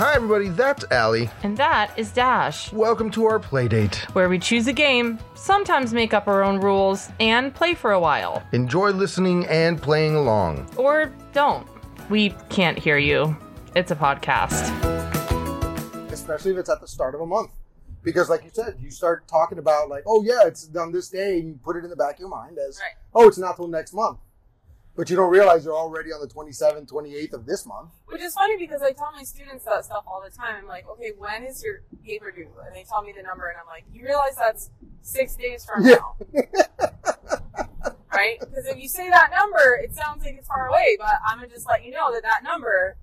Hi, everybody. That's Allie. And that is Dash, Welcome to our playdate. where we choose a game, sometimes make up our own rules, and play for a while. Enjoy listening and playing along. Or don't. We can't hear you. It's a podcast. especially if it's at the start of a month. Because, like you said, you start talking about, like, oh, yeah, it's done this day, and you put it in the back of your mind as, Right. oh, it's not till next month. But you don't realize you're already on the 27th, 28th of this month. Which is funny because I tell my students that stuff all the time. I'm like, okay, when is your paper due? And they tell me the number, and I'm like, you realize that's six days from Yeah. now. right? Because if you say that number, it sounds like it's far away, but I'm going to just let you know that that number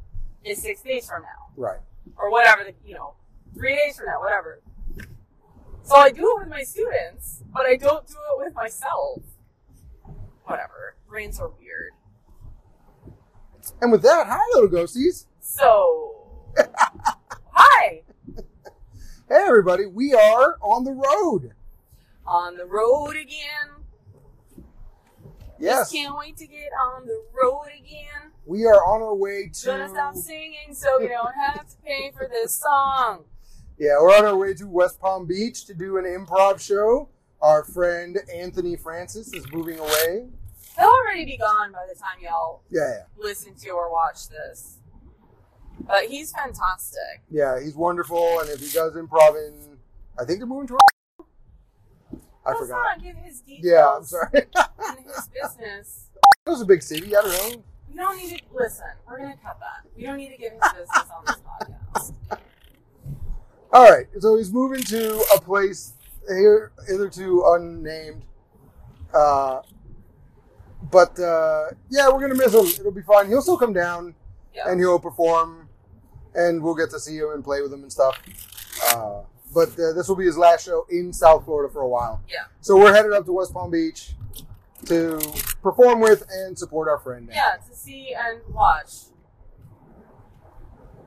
is six days from now, Right. or whatever, the, you know, three days from now, whatever. So I do it with my students, but I don't do it with myself. Whatever. Brains are weird. And with that, hi, little ghosties. So, hi. Hey, everybody, we are on the road. on the road again. Yes. Just can't wait to get on the road again. We are on our way Gonna stop to. singing so you don't have to pay for this song. Yeah, we're on our way to West Palm Beach to do an improv show. Our friend Anthony Francis is moving away. They'll already be gone by the time y'all Yeah, listen to or watch this. But he's fantastic. Yeah, he's wonderful, and if he does improv in, I think they're moving to. I Let's forgot. not give his details Yeah, I'm sorry. and his business. It was a big city. I don't know. We don't need to listen. We're gonna cut that. We don't need to give his business on this podcast. All right, so he's moving to a place here, hitherto unnamed. Uh, but uh, yeah, we're gonna miss him. It'll be fun. He'll still come down, Yeah. and he'll perform, and we'll get to see him and play with him and stuff. Uh, but uh, this will be his last show in South Florida for a while. Yeah. So we're headed up to West Palm Beach to perform with and support our friend. now. Yeah, to see and watch.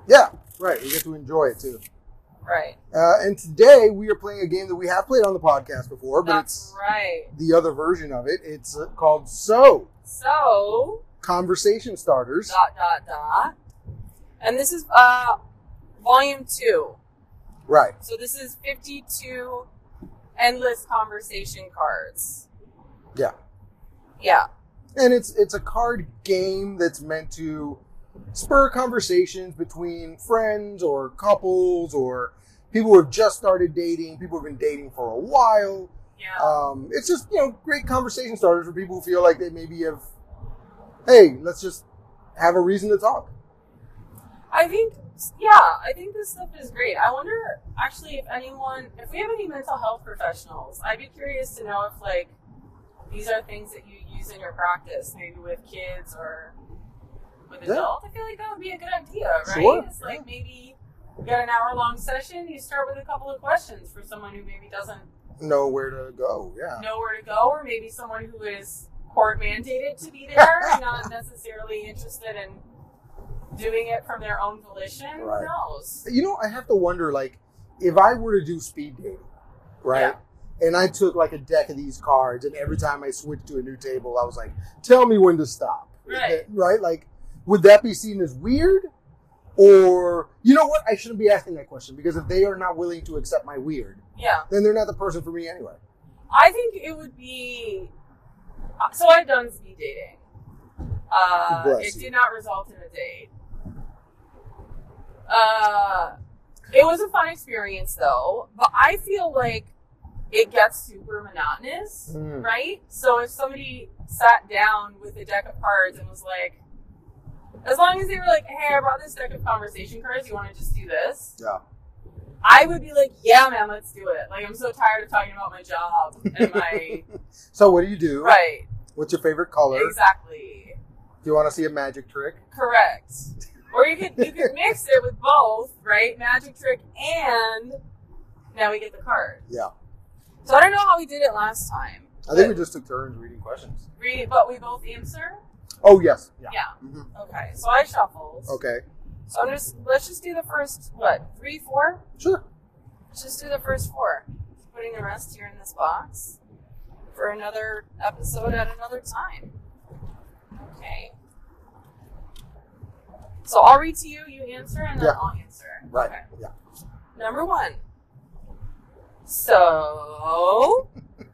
Yeah. Right. We get to enjoy it too. Right. Uh, and today we are playing a game that we have played on the podcast before, but That's it's right. the other version of it. It's uh, called So So Conversation Starters. dot dot dot. And this is uh volume two. Right. So this is fifty two endless conversation cards. Yeah. Yeah. And it's it's a card game that's meant to spur conversations between friends or couples or people who have just started dating, people who've been dating for a while. Yeah. Um, it's just you know great conversation starters for people who feel like they maybe have, hey, let's just have a reason to talk. I think yeah, I think this stuff is great. I wonder actually if anyone if we have any mental health professionals, I'd be curious to know if like these are things that you use in your practice, maybe with kids or with Yeah. adults. I feel like that would be a good idea, right? Sure, It's yeah. like maybe you got an hour long session, you start with a couple of questions for someone who maybe doesn't Know where to go. Yeah, know where to go, or maybe someone who is court mandated to be there and not necessarily interested in doing it from their own volition. Right. Who knows? you know I have to wonder like if I were to do speed dating, right? And I took like a deck of these cards, and every time I switched to a new table, I was like, tell me when to stop. Right. Right. Like, would that be seen as weird? Or you know what? I shouldn't be asking that question because if they are not willing to accept my weird, Yeah. then they're not the person for me anyway. I think it would be. uh, So I've done speed dating. Uh, Bless it you. did not result in a date. Uh, it was a fun experience though, but I feel like it gets super monotonous, Mm. right? So if somebody sat down with a deck of cards and was like, as long as they were like, hey, I brought this deck of conversation cards, you want to just do this? Yeah. I would be like, yeah, man, let's do it. Like, I'm so tired of talking about my job and my. So what do you do? right. What's your favorite color? Exactly. Do you want to see a magic trick? Correct. Or you could you could mix it with both, right? Magic trick and now we get the card. Yeah. So I don't know how we did it last time. I think we just took turns reading questions. Re- but we both answer. Oh yes. Yeah. Mm-hmm. hmm Okay. So I shuffled. Okay. So I'm just let's just do the first what three four. Sure. Let's just do the first four. Putting the rest here in this box for another episode at another time. Okay. So I'll read to you. You answer, and then Yeah. I'll answer. Right. Okay. Yeah. Number one. So,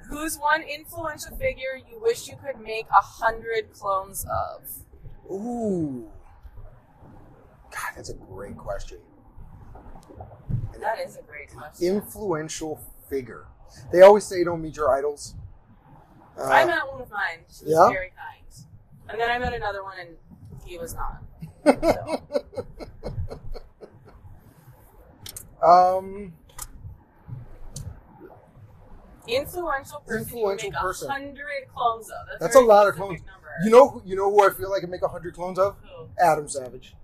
who's one influential figure you wish you could make a hundred clones of? Ooh. God, that's a great question. That is a great question. Influential figure. They always say don't meet your idols. Uh, I met one of mine. She was Yeah? very kind. And then I met another one, and he was not. um, Influential person Influential you make person. a hundred clones of. That's, That's very a lot of specific clones. Number. you know, who- you know who I feel like I can make a hundred clones of? Who? Adam Savage.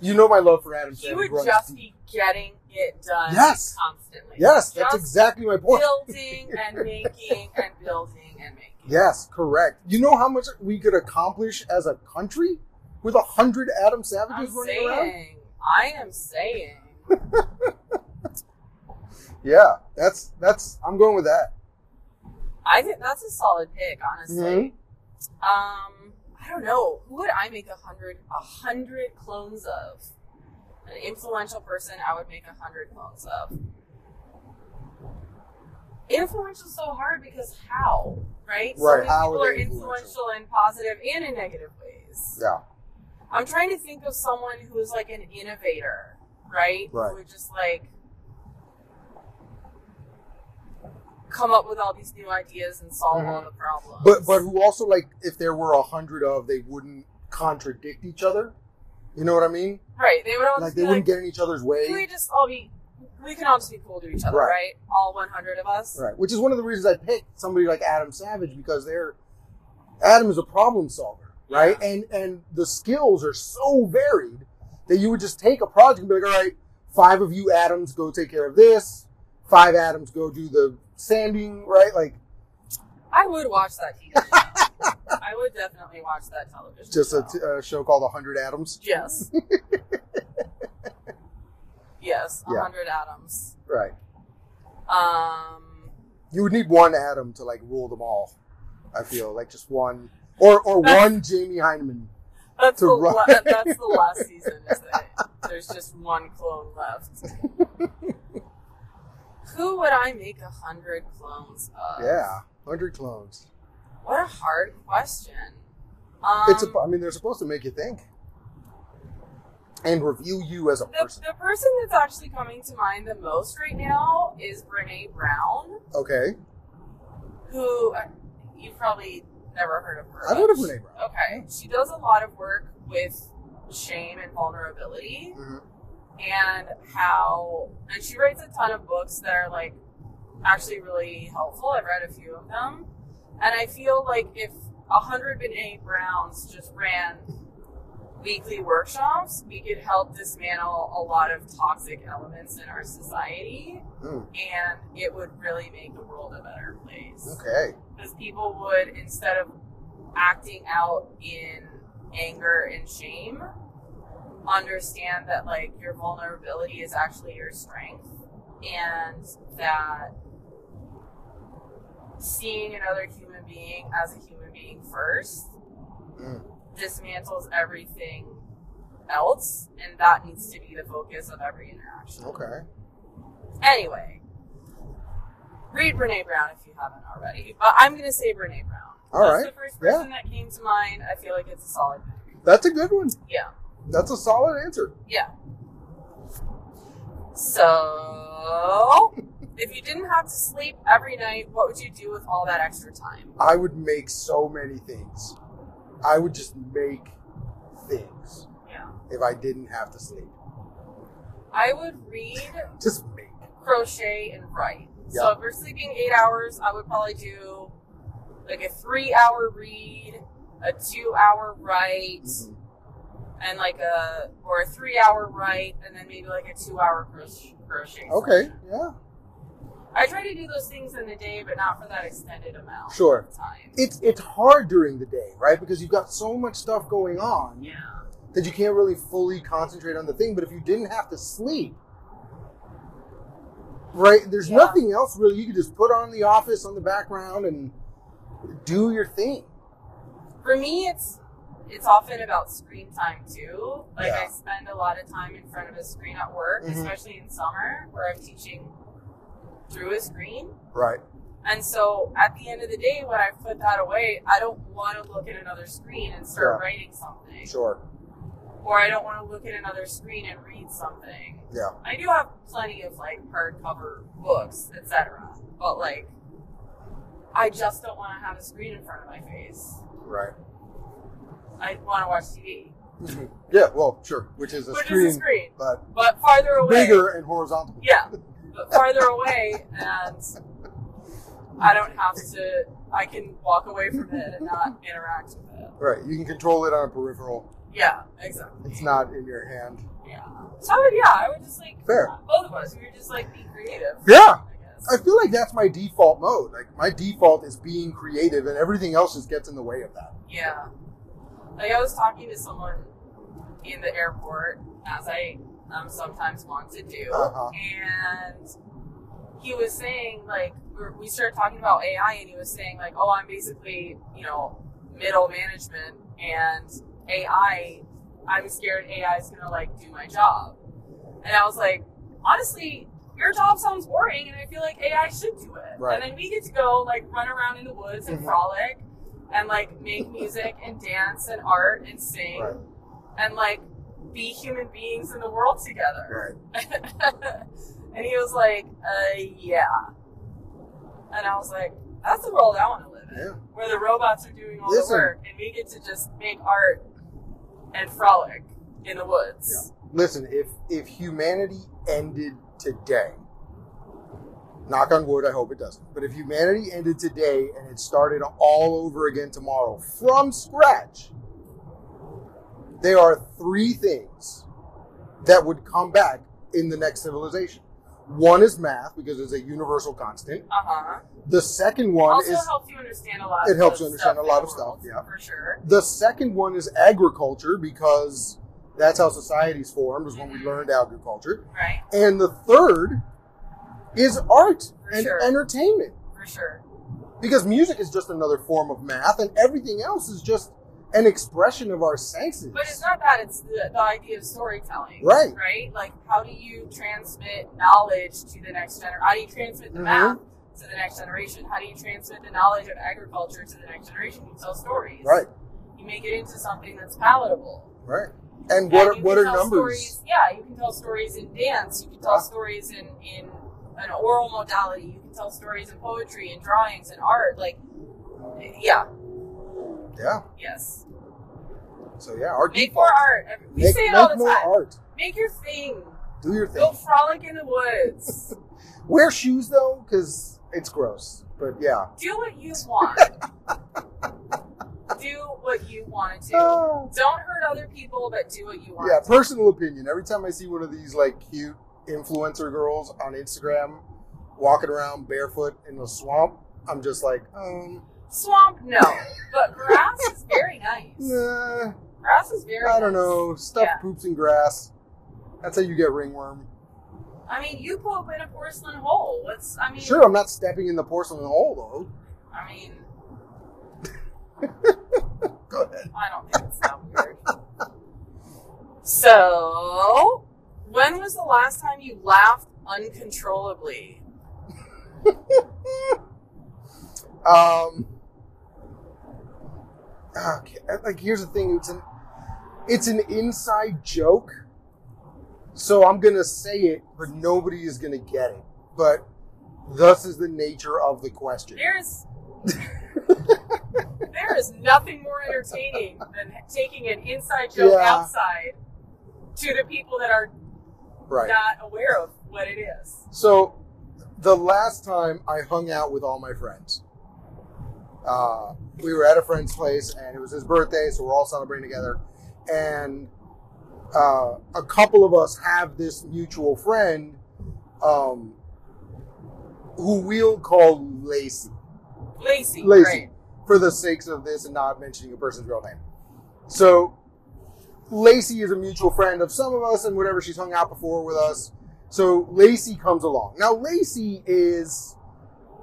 You know my love for Adam He Savage. would runs just deep. be getting it done Yes. constantly. yes, that's Just exactly my point. building and making and building and making. Yes, correct. You know how much we could accomplish as a country with a hundred Adam I'm Savages running around? saying. I am saying. Yeah, that's that's. I'm going with that. I think that's a solid pick, honestly. Um, I don't know. Who would I make a hundred a hundred clones of? An influential person I would make a hundred clones of. Influential is so hard because how, right? So Right, many how people are are they influential in positive and in negative ways. Mm-hmm. Yeah, I'm trying to think of someone who is like an innovator, right? Right. Who would just like come up with all these new ideas and solve all the problems. Mm-hmm. but but who also like if there were a hundred of, they wouldn't contradict each other. You know what I mean? right, they would all Like just they be like, wouldn't get in each other's we way. just all be, we can all just be cool to each other, Right. right? All 100 of us. Right, which is one of the reasons I picked somebody like Adam Savage because they're Adam is a problem solver, right? And and the skills are so varied that you would just take a project and be like, all right, five of you Adams go take care of this, five Adams go do the sanding, right? Like I would watch that TV. show. I would definitely watch that television. just a show. t- a show called 100 Adams. yes. yes, Yeah. 100 atoms. Right. Um, You would need one Adam to like rule them all. I feel like just one or or one Jamie Heineman. That's to the, run. la- that's the last season, is it? There's just one clone left. Who would I make a hundred clones of? Yeah, 100 clones. What a hard question. Um, it's. A, I mean, they're supposed to make you think and review you as a the, person. the person that's actually coming to mind the most right now is Brene Brown, Okay, who uh, you've probably never heard of her. I've but heard of Brene Brown. Okay. She does a lot of work with shame and vulnerability Mhm. and how and she writes a ton of books that are like actually really helpful. I've read a few of them. And I feel like if a hundred Brene Browns just ran weekly workshops, we could help dismantle a lot of toxic elements in our society Mm, and it would really make the world a better place okay, because people would instead of acting out in anger and shame understand that like your vulnerability is actually your strength and that seeing another human being as a human being first Mm. dismantles everything else and that needs to be the focus of every interaction okay. Anyway, read Brene Brown if you haven't already. But I'm going to say Brene Brown. All That's right, the first yeah. person that came to mind. I feel like it's a solid pick. That's a good one. Yeah, That's a solid answer. yeah. So, if you didn't have to sleep every night, what would you do with all that extra time? I would make so many things. I would just make things Yeah. if I didn't have to sleep. I would read, Just make. crochet, and write. Yeah. So, if we're sleeping eight hours, I would probably do like a three hour read, a two hour write. Mhm. and like a or a three hour write and then maybe like a two hour crochet. crochet Okay. Yeah. I try to do those things in the day, but not for that extended amount Sure. of time. It's it's hard during the day, right? Because you've got so much stuff going on. Yeah. that you can't really fully concentrate on the thing. But if you didn't have to sleep, right? There's Yeah. nothing else really. You could just put on the office on the background and do your thing. For me, it's it's often about screen time too. Like Yeah. I spend a lot of time in front of a screen at work, Mhm. especially in summer where I'm teaching through a screen. Right. And so at the end of the day, when I put that away, I don't want to look at another screen and start Yeah. writing something. Sure. Or I don't want to look at another screen and read something. Yeah. I do have plenty of like hardcover books, etc. But like, I just don't want to have a screen in front of my face. Right. I want to watch TV, Mhm. Yeah. Well, sure. Which is a which screen, is a screen, but but farther away. bigger and horizontal. Yeah, but farther away, and I don't have to. I can walk away from it and not interact with it. Right. You can control it on a peripheral. Yeah, exactly. It's not in your hand. Yeah. So I would, yeah, I would just like Fair. both of us. We would just like be creative. Yeah. I guess. I feel like that's my default mode. Like my default is being creative, and everything else just gets in the way of that. Yeah. Like I was talking to someone in the airport, as I um, sometimes want to do, Uh-huh. and he was saying like we were- we started talking about AI, and he was saying like, "Oh, I'm basically you know middle management, and AI. I'm scared AI is gonna like do my job." And I was like, honestly. Your job sounds boring, and I feel like AI should do it. Right. And then we get to go like run around in the woods and Mhm. frolic, and like make music and dance and art and sing Right. and like be human beings in the world together. Right. and he was like, uh, yeah. And I was like, that's the world I want to live in, Yeah. where the robots are doing all Listen. the work and we get to just make art and frolic in the woods. Listen, if if humanity ended today, knock on wood, I hope it doesn't. But if humanity ended today and it started all over again tomorrow from scratch, there are three things that would come back in the next civilization. One is math because it's a universal constant. Uh huh. The second one Also is helps you understand a lot. It of helps the you understand stuff a lot in of the stuff, world, yeah. for sure. The second one is agriculture because that's how societies formed was when we learned agriculture. Right, And the third is art For and sure. entertainment for sure. because music is just another form of math and everything else is just an expression of our senses. But it's not that; it's the, the idea of storytelling, Right. Right? Like, how do you transmit knowledge to the next generation? How do you transmit the Mhm. math to the next generation? How do you transmit the knowledge of agriculture to the next generation? You tell stories, Right, You make it into something that's palatable. right. And what And are, you what can are tell numbers? Stories, yeah, you can tell stories in dance. You can tell Yeah. stories in in an oral modality. You can tell stories in poetry and drawings and art. Like, yeah, Yeah. yes. So yeah, art Make default. more art. We Make, say it make all the more time. art. Make your thing. Do your thing. Go frolic in the woods. Wear shoes though, because it's gross. But yeah. do what you want. do what you want to do. Ah. Don't hurt other people, but do what you want. Yeah, personal opinion. Every time I see one of these like cute influencer girls on Instagram walking around barefoot in the swamp, I'm just like, um, Swamp, no, but grass is very nice. nah, Grass is very. I don't nice. know. Stuff Yeah. poops in grass. That's how you get ringworm. I mean, you poop in a porcelain hole. What's I mean? Sure, I'm not stepping in the porcelain hole I mean, though. Go ahead. I don't think it's that weird. So, when was the last time you laughed uncontrollably? Um, okay, like here's the thing. It's an it's an inside joke, so I'm gonna say it, but nobody is gonna get it. But thus is the nature of the question. There's there is nothing more entertaining than taking an inside joke Yeah. outside to the people that are Right. not aware of what it is. So, the last time I hung out with all my friends, uh, we were at a friend's place and it was his birthday, so we're all celebrating together. And uh, a couple of us have this mutual friend um, who we'll call Lacey. Lacy, Lacey, right? for the sakes of this and not mentioning a person's real name. So, Lacey is a mutual friend of some of us and whatever she's hung out before with us. So, Lacey comes along. Now, Lacey is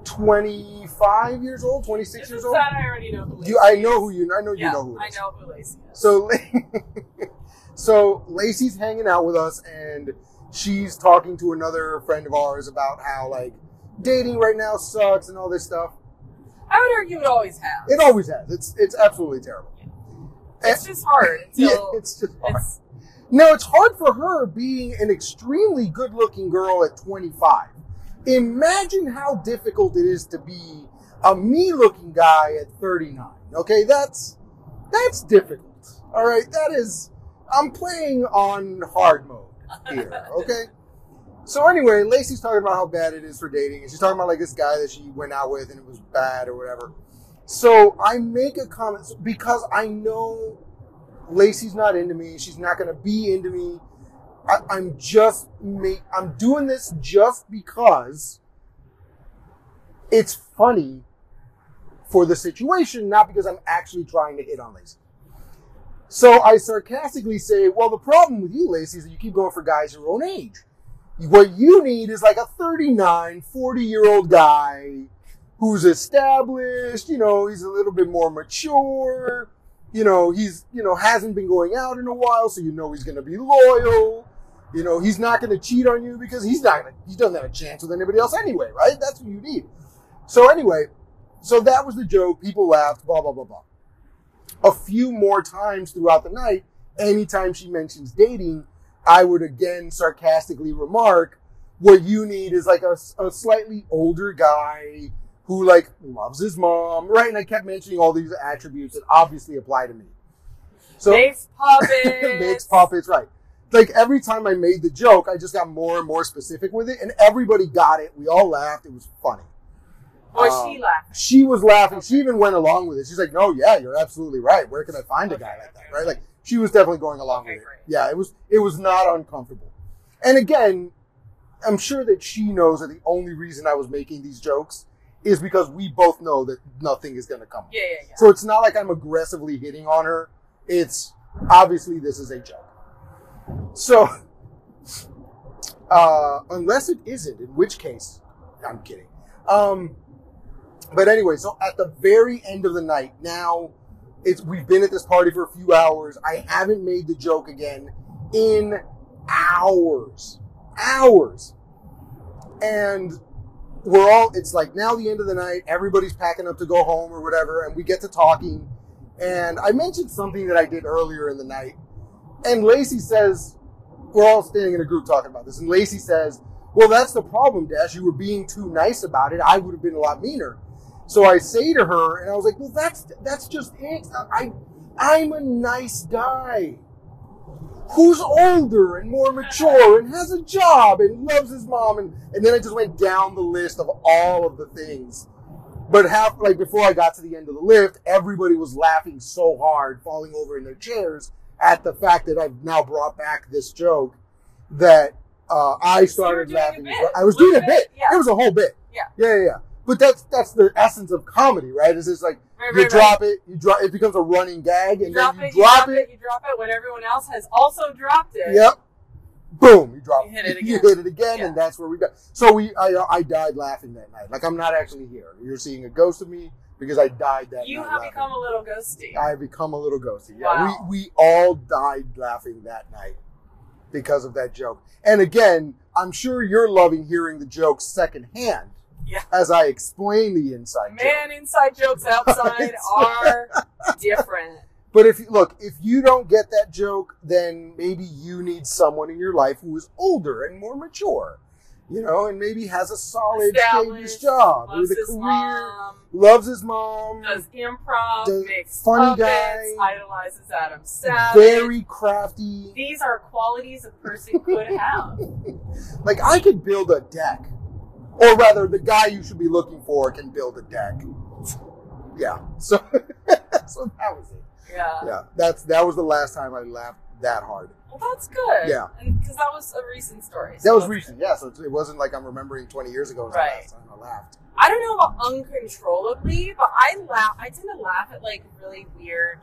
25 years old, 26 If years it's old. that, I already know who Lacey You, I know is. who you. I know you yeah, know who. I it is. know who Lacey is. So, La- so Lacey's hanging out with us, and she's talking to another friend of ours about how like dating right now sucks and all this stuff. I would argue it always has. It always has. It's it's absolutely terrible. Eh, it's just hard until Yeah, it's, it's just hard. Now it's hard for her being an extremely good-looking girl at 25. Imagine how difficult it is to be a me-looking guy at 39. Okay, that's that's difficult. All right, that is. I'm playing on hard mode here. Okay. So anyway, Lacey's talking about how bad it is for dating, and she's talking about like this guy that she went out with, and it was bad or whatever. So I make a comment so- because I know Lacey's not into me. She's not going to be into me. I, I'm just make. I'm doing this just because it's funny for the situation, not because I'm actually trying to hit on Lacey. So I sarcastically say, "Well, the problem with you, Lacey, is that you keep going for guys your own age. What you need is like a 39, 40 year old guy who's established. You know, he's a little bit more mature. You know, he's you know hasn't been going out in a while, so you know he's going to be loyal. You know, he's not going to cheat on you because he's not. Gonna, he doesn't have a chance with anybody else anyway, right? That's what you need. So anyway, so that was the joke. People laughed. Blah blah blah blah. A few more times throughout the night, anytime she mentions dating, I would again sarcastically remark, "What you need is like a, a slightly older guy who like loves his mom, right?" And I kept mentioning all these attributes that obviously apply to me. So makes puppets. makes puppets right. Like every time I made the joke, I just got more and more specific with it, and everybody got it. We all laughed. It was funny. Or Um, she laughing. She was laughing. She even went along with it. She's like, "No, yeah, you're absolutely right. Where can I find a guy like that?" Right? Like she was definitely going along Okay, with it. great. Yeah, it was it was not uncomfortable. And again, I'm sure that she knows that the only reason I was making these jokes is because we both know that nothing is going to come. Yeah, yeah, yeah. So it's not like I'm aggressively hitting on her. It's obviously this is a joke. So, uh, unless it isn't, in which case, I'm kidding. Um, but anyway, so at the very end of the night, now it's we've been at this party for a few hours. I haven't made the joke again in hours, hours, and we're all it's like now the end of the night everybody's packing up to go home or whatever and we get to talking and i mentioned something that i did earlier in the night and lacey says we're all standing in a group talking about this and lacey says well that's the problem dash you were being too nice about it i would have been a lot meaner so i say to her and i was like well that's that's just it i i'm a nice guy who's older and more mature and has a job and loves his mom and, and then I just went down the list of all of the things. But half like before I got to the end of the lift, everybody was laughing so hard, falling over in their chairs at the fact that I've now brought back this joke that uh, I started You were laughing. doing a as bit. well. I was doing a Little bit. bit, yeah. It was a whole bit. Yeah. Yeah, yeah, yeah. But that's that's the essence of comedy, right? It's just like Right, you right, right. drop it, you drop it becomes a running gag, and You drop then it, you drop it, it, you drop it when everyone else has also dropped it. Yep. Boom! You drop. You hit it You again. hit it again, Yeah. and that's where we got. So we, I, uh, I died laughing that night. Like I'm not actually here. You're seeing a ghost of me because I died that You night. have laughing. become a little ghosty. I have become a little ghosty. Yeah, Wow. we we all died laughing that night because of that joke. And again, I'm sure you're loving hearing the joke secondhand. Yeah. As I explain the inside joke. Man, inside jokes outside are different. But if you look, if you don't get that joke, then maybe you need someone in your life who is older and more mature, you know, and maybe has a solid, Established, established job Loves with a his career, mom, loves his mom, does improv, Does- makes funny puppets, guy. idolizes Adam Savage. very crafty. These are qualities a person could have. Like I could build a deck, or rather, the guy you should be looking for can build a deck. Yeah. So, so that was it. Yeah. Yeah, that's that was the last time I laughed that hard. Well, that's good. Yeah. Because that was a recent story. so That was that's recent, yeah. So it wasn't like I'm remembering 20 years ago was Right. the last time I laughed. I don't know about uncontrollably, but I laugh. I tend to laugh at like really weird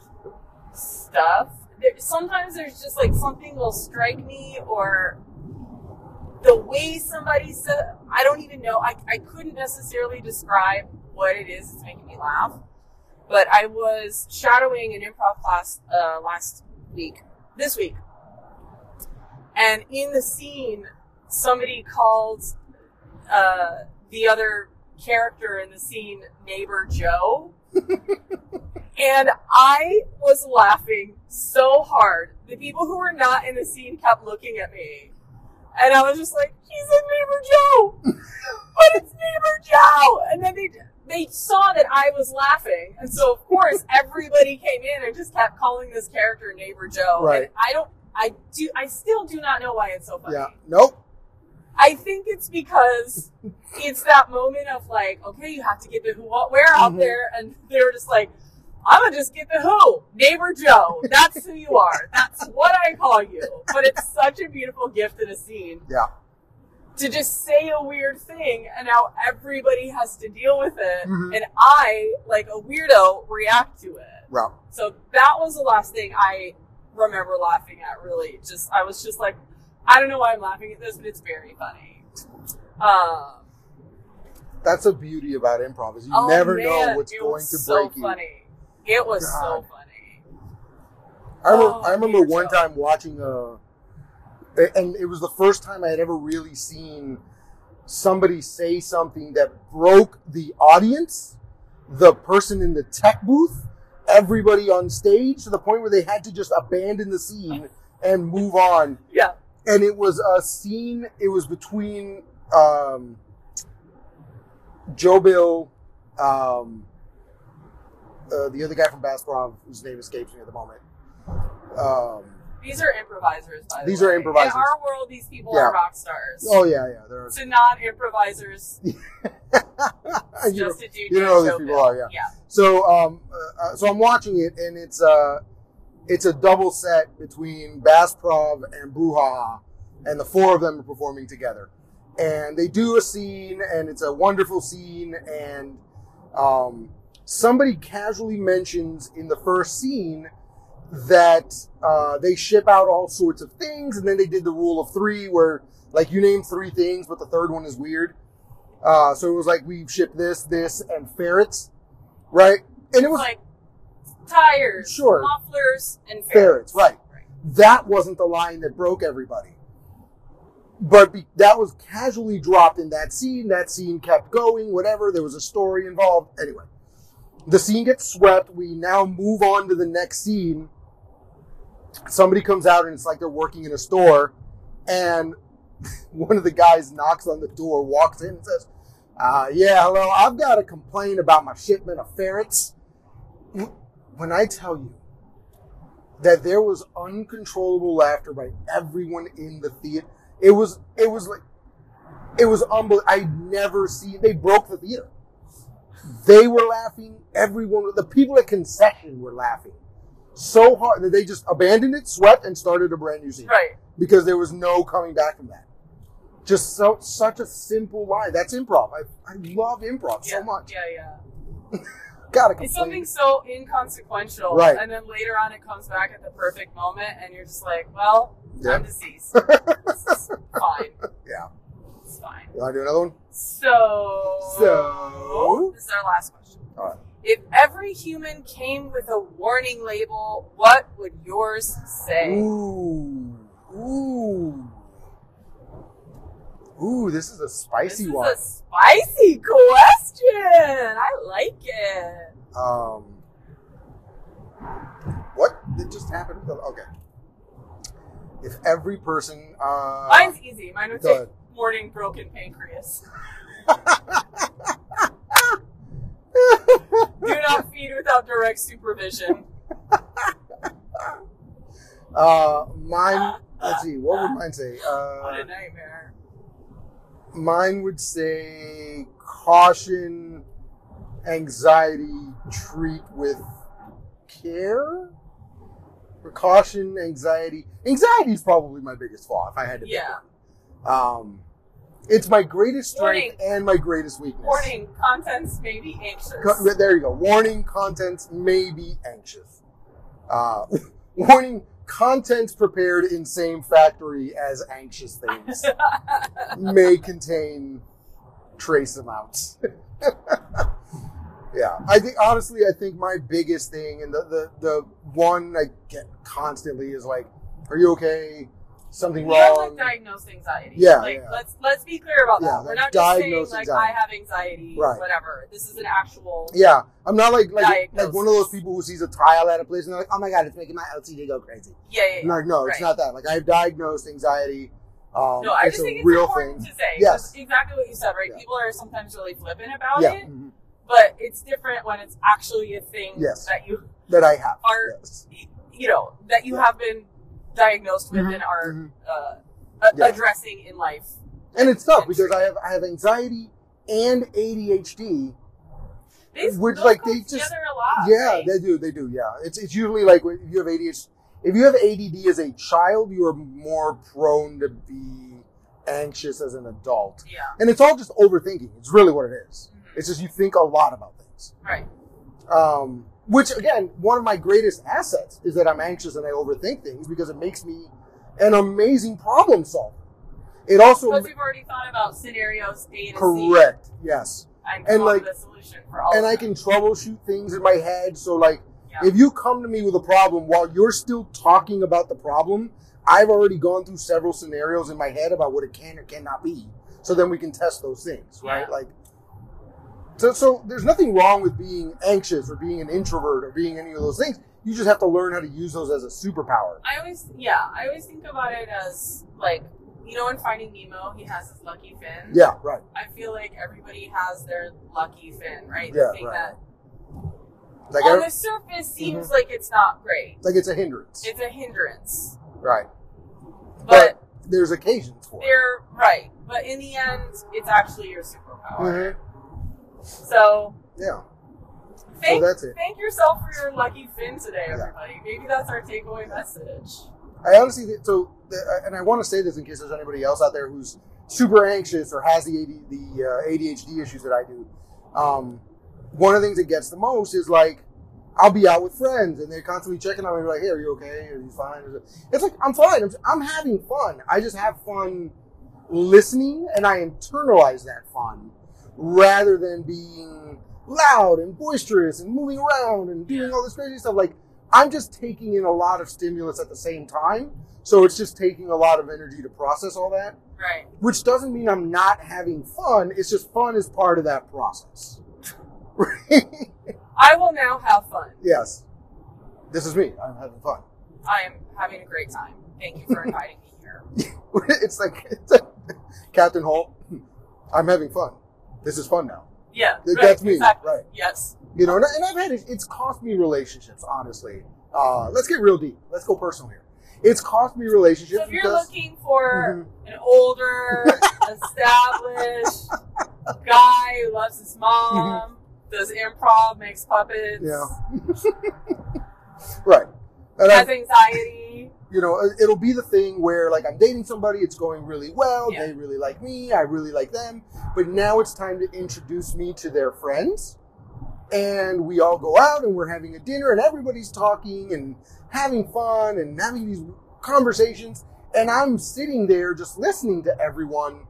stuff. There, sometimes there's just like something will strike me, or the way somebody said, I don't even know. I, I couldn't necessarily describe what it is that's making me laugh. But I was shadowing an improv class uh, last week, this week. And in the scene, somebody called uh, the other character in the scene neighbor Joe. and I was laughing so hard. The people who were not in the scene kept looking at me. And I was just like, he's a neighbor Joe! but it's neighbor Joe! And then they they saw that I was laughing. And so of course everybody came in and just kept calling this character neighbor Joe. Right. And I don't I do I still do not know why it's so funny. Yeah. Nope. I think it's because it's that moment of like, okay, you have to get the who, what, where out Mhm. there, and they were just like, I'm gonna just get the who, neighbor Joe. That's who you are. That's what I call you. But it's such a beautiful gift in a scene. Yeah. To just say a weird thing, and now everybody has to deal with it, Mhm. and I, like a weirdo, react to it. Right. So that was the last thing I remember laughing at. Really, just I was just like, I don't know why I'm laughing at this, but it's very funny. Um, That's the beauty about improv is you oh, never know man, what's it going was to so break you. funny. It was so God. funny. I remember, Oh, I remember dear one God. time watching a, a- and it was the first time I had ever really seen somebody say something that broke the audience, the person in the tech booth, everybody on stage to the point where they had to just abandon the scene and move on. Yeah. And it was a scene. It was between um, Joe Bill, um, uh, the other guy from Bass Prom, whose name escapes me at the moment. Um, These are improvisers, by the These way. are improvisers. In our world, these people Yeah. are rock stars. Oh yeah, yeah. There is. To non-improvisers, Uh, You know. just a dude. you know who these people are, yeah. so, um, uh, uh, so I'm watching it, and it's uh, it's a double set between Bass Prov and Brouhaha, and the four of them are performing together. And they do a scene, and it's a wonderful scene. And um, somebody casually mentions in the first scene that uh, they ship out all sorts of things, and then they did the rule of three, where like you name three things, but the third one is weird. Uh, so it was like we ship this, this, and ferrets, right? And it was like tires, Sure. mufflers, and Ferrets, ferrets. right. that wasn't the line that broke everybody. But be, that was casually dropped in that scene. That scene kept going, whatever. There was a story involved. Anyway, the scene gets swept. We now move on to the next scene. Somebody comes out and it's like they're working in a store. And one of the guys knocks on the door, walks in, and says, uh, Yeah, hello. I've got a complaint about my shipment of ferrets. When I tell you, that there was uncontrollable laughter by everyone in the theater. It was it was like it was unbelievable. I never seen they broke the theater. They were laughing. Everyone, the people at concession were laughing so hard that they just abandoned it, swept, and started a brand new scene Right. because there was no coming back from that. Just so such a simple line. That's improv. I, I love improv Yeah. so much. Yeah, yeah. Gotta It's complain. something so inconsequential, Right. And then later on, it comes back at the perfect moment, and you're just like, "Well, Yeah. I'm deceased. This is fine. Yeah. it's fine." You want to do another one? So, So? this is our last question. All right. If every human came with a warning label, what would yours say? Ooh. Ooh. Ooh, this is a this spicy is one. a spicy question. I like it. Um What did just happened? Okay. If every person uh Mine's easy. Mine would go say ahead. morning broken pancreas. Do not feed without direct supervision. uh mine let's see, what would mine say? What Uh a nightmare. mine would say caution, anxiety, treat with care. Precaution, anxiety. Anxiety is probably my biggest flaw. If I had to, pick Yeah. one. Um, it's my greatest strength Warning. and my greatest weakness. Warning, contents may be anxious. Co- there you go. Warning contents may be anxious. Uh, warning content prepared in same factory as anxious things may contain trace amounts. yeah, I think honestly, I think my biggest thing and the, the the one I get constantly is like, "Are you okay? Something We have like wrong?" diagnosed anxiety. Yeah, Like yeah. let's let's be clear about Yeah, that. We're like not just saying diagnosed like I anxiety. have anxiety, Right. whatever. This is an actual Yeah, I'm not like like like Diagnosis. one of those people who sees a tile at a place and they're like, "Oh my god, it's making my LCD go crazy." Yeah, yeah, I'm yeah. like, no, it's Right. not that. Like I've diagnosed anxiety. Um, No, I it's just a think it's real important thing. to say. Yes. That's exactly what you said, right? Yeah. People are sometimes really flippant about yeah, it, mhm, but it's different when it's actually a thing Yes. that you that I have. Are- yes. you know that you Yeah. have been diagnosed with Mhm, and are mhm. uh, a- Yeah. addressing in life. and it's tough because I have I have anxiety and ADHD. These, Which, those like, come they just- together a lot. yeah, Ah, right? they do. They do. Yeah, it's it's usually like when- if you have ADHD, if you have ADD as a child, you are more prone to be anxious as an adult. yeah, And it's all just overthinking. It's really what it is. Mhm. It's just you think a lot about things. right. Um, which again, one of my greatest assets is that I'm anxious and I overthink things because it makes me an amazing problem solver. It also Because you've already thought about scenarios, A to C, correct, yes, and, And, come up like- with a solution for all. and of I can them. troubleshoot things in my head. So like, Yeah. if you come to me with a problem while you're still talking about the problem, I've already gone through several scenarios in my head about what it can or cannot be. So then we can test those things, right? Yeah. Like, so, so there's nothing wrong with being anxious or being an introvert or being any of those things. You just have to learn how to use those as a superpower. I always, yeah, I always think about it as like you know, in Finding Nemo, he has his lucky fin. Yeah, right. I feel like everybody has their lucky fin, right? Yeah, the thing right. that Like, Mm-hmm. on every- the surface seems like it's not great. like it's a hindrance, It's a hindrance, right? but, there's occasions for it. they're right. But in the end, it's actually your superpower. Mhm. So Mm-hmm. Yeah. thank, that's it. thank yourself for your lucky fin today, Yeah. everybody. Maybe that's our takeaway message. I honestly think so, the- uh, and I want to say this in case there's anybody else out there who's super anxious or has the AD, the uh, ADHD issues that I do. Um, one of the things that gets the most is like, I'll be out with friends and they're constantly checking on me, like, "Hey, are you okay? Are you fine?" It's like I'm fine. I'm, I'm having fun. I just have fun listening, and I internalize that fun rather than being loud and boisterous and moving around and doing all this crazy stuff. Like I'm just taking in a lot of stimulus at the same time. So it's just taking a lot of energy to process all that, Right. which doesn't mean I'm not having fun. It's just fun is part of that process. Right? I will now have fun. yes. This is me. I'm having fun. I am having a great time. Thank you for inviting me here. it's like it's like Captain Holt. I'm having fun. This is fun now. Yeah. Th- right, That's me. Exactly. Right. Yes. You know, and, I- and I've had it, it's cost me relationships, honestly. Uh, let's get real deep. Let's go personal here. It's cost me relationships So if you're because looking for Mhm. an older, established guy who loves his mom, does improv, makes puppets, Mm-hmm. Yeah. right. And I- has anxiety. you know, it- it'll be the thing where like I'm dating somebody, it's going really well, Yeah. they really like me, I really like them, but now it's time to introduce me to their friends. And we all go out and we're having a dinner and everybody's talking and having fun and having these conversations. And I'm sitting there just listening to everyone.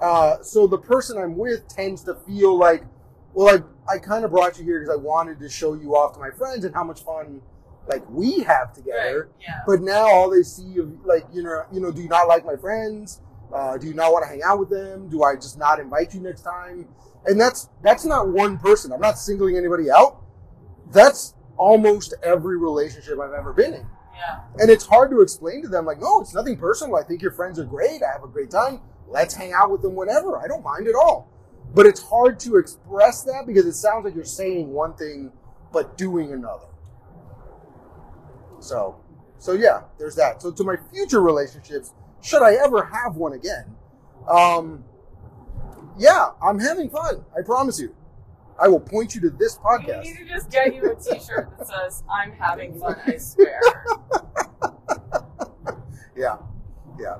Uh, so the person I'm with tends to feel like, well, I, I kind of brought you here because I wanted to show you off to my friends and how much fun like we have together. Right. Yeah. But now all they see of like you know you know do you not like my friends? Uh, do you not want to hang out with them? Do I just not invite you next time? And that's that's not one person. I'm not singling anybody out. That's almost every relationship I've ever been in. Yeah. And it's hard to explain to them like no, it's nothing personal. I think your friends are great. I have a great time. Let's hang out with them whenever. I don't mind at all. But it's hard to express that because it sounds like you're saying one thing but doing another. So, so yeah, there's that. So to my future relationships, should I ever have one again? Um, yeah, I'm having fun. I promise you. I will point you to this We need podcast. to just get you a T-shirt that says "I'm having fun." I swear. Yeah, yeah.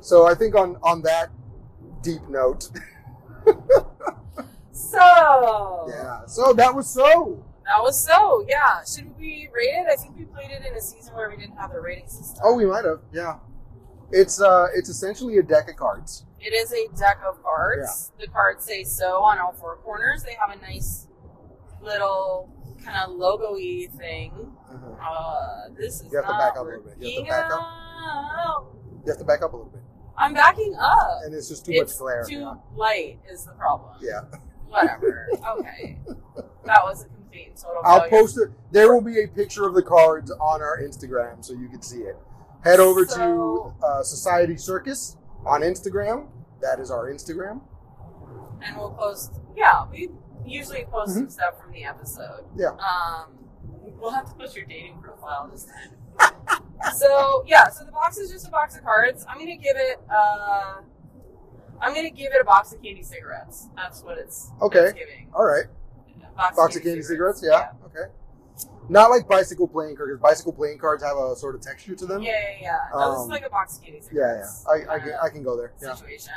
So I think on on that deep note, So Oh. yeah. So that was so. That was so, yeah. Should we rate it? I think we played it in a season where we didn't have the rating system. Oh, we might have. Yeah. It's uh, it's essentially a deck of cards. It is a deck of cards. The cards say so on all four corners. They have a nice little kind of logo y thing. Uh-huh. Uh, this is You have to not back up a little bit. You have to back up. working out. You have to back up a little bit, I'm backing up. and it's just too it's much glare. Too light is the problem. yeah. Whatever. okay. That was a complete and total. I'll failure. post it. There will be a picture of the cards on our Instagram so you can see it. Head over So- to uh, Society Circus on Instagram. That is our Instagram. and we'll post. Yeah, we usually post some stuff from the episode. Mm-hmm. Yeah. Um, we'll have to post your dating profile this time. so yeah, so the box is just a box of cards. I'm gonna give it. Uh, I'm gonna give it a box of candy cigarettes. That's what it's. Okay. It's giving. All right. A Box of candy cigarettes. Yeah. Okay. Not like bicycle playing cards. 'cause Bicycle playing cards have a sort of texture to Yeah, them. yeah, yeah. yeah. no, this is Um, like a box of candy Yeah. cigarettes. yeah. I, I, Uh, can, I can go there. Yeah. situation.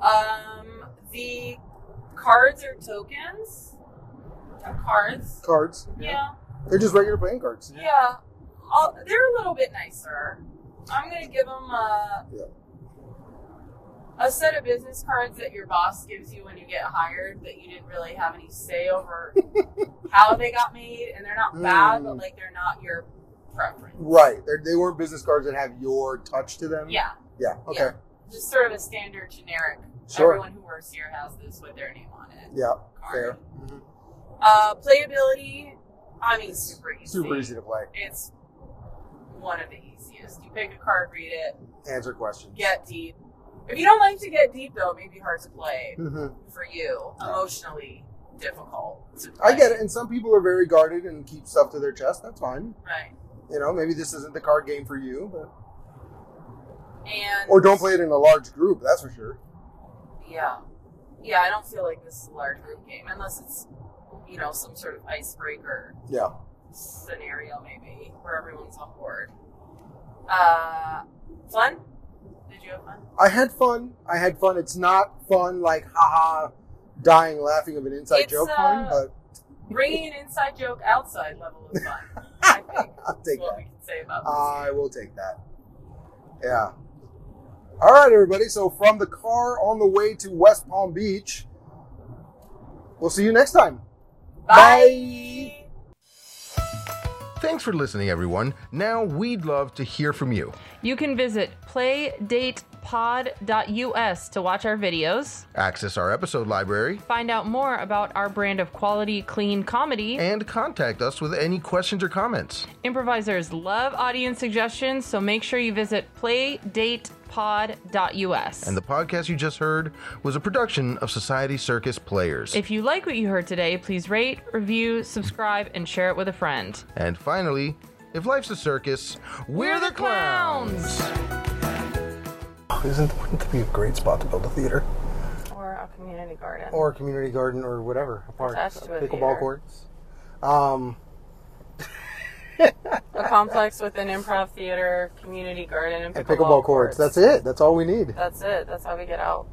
Um, the cards are tokens. They're Cards. Cards. Yeah. They're just regular playing cards. Yeah. I'll, they're a little bit nicer. I'm going to give them a, Yeah. a set of business cards that your boss gives you when you get hired that you didn't really have any say over how they got made. And they're not bad, but Mm. like they're not your preference. Right. They're, they weren't business cards that have your touch to them. Yeah. Yeah. Okay. Yeah. Just sort of a standard generic. Sure. Everyone who works here has this with their name on it. Yeah. card. Fair. Mhm. Uh, playability, I mean, super easy. Super easy to play. It's one of the easiest. You pick a card, read it, Answer questions. get deep. If you don't like to get deep, though, it may be hard to play hmm for you. Emotionally difficult. To play. I get it. And some people are very guarded and keep stuff to their chest. That's fine. Right. You know, maybe this isn't the card game for you, but, And or don't play it in a large group. That's for sure. Yeah. Yeah, I don't feel like this is a large group game unless it's you know some sort of icebreaker. Yeah. scenario maybe where everyone's on board. Uh, fun? Did you have fun? I had fun. I had fun. It's not fun like haha, dying laughing of an inside It's, joke uh, fun, but Bringing an inside joke outside level of fun. I think I'll is take what that. we can say about this. I will take that. Yeah. All right, everybody. So from the car on the way to West Palm Beach, we'll see you next time. Bye. Thanks for listening, everyone. Now we'd love to hear from you. You can visit playdatepod.us to watch our videos, Access our episode library find out more about our brand of quality, clean comedy. and contact us with any questions or comments. Improvisers love audience suggestions, so make sure you visit playdatepod.us. And the podcast you just heard was a production of Society Circus Players. if you like what you heard today, please rate, review, subscribe, and share it with a friend. And finally, if life's a circus, we're, the clowns. Isn't wouldn't that be a great spot to build a theater Or a community garden. or a community garden or whatever, a park, Attached to a pickleball theater. courts? Um, a complex with an improv theater, community garden, and and pickleball courts. That's it. That's all we need. That's it. That's how we get out.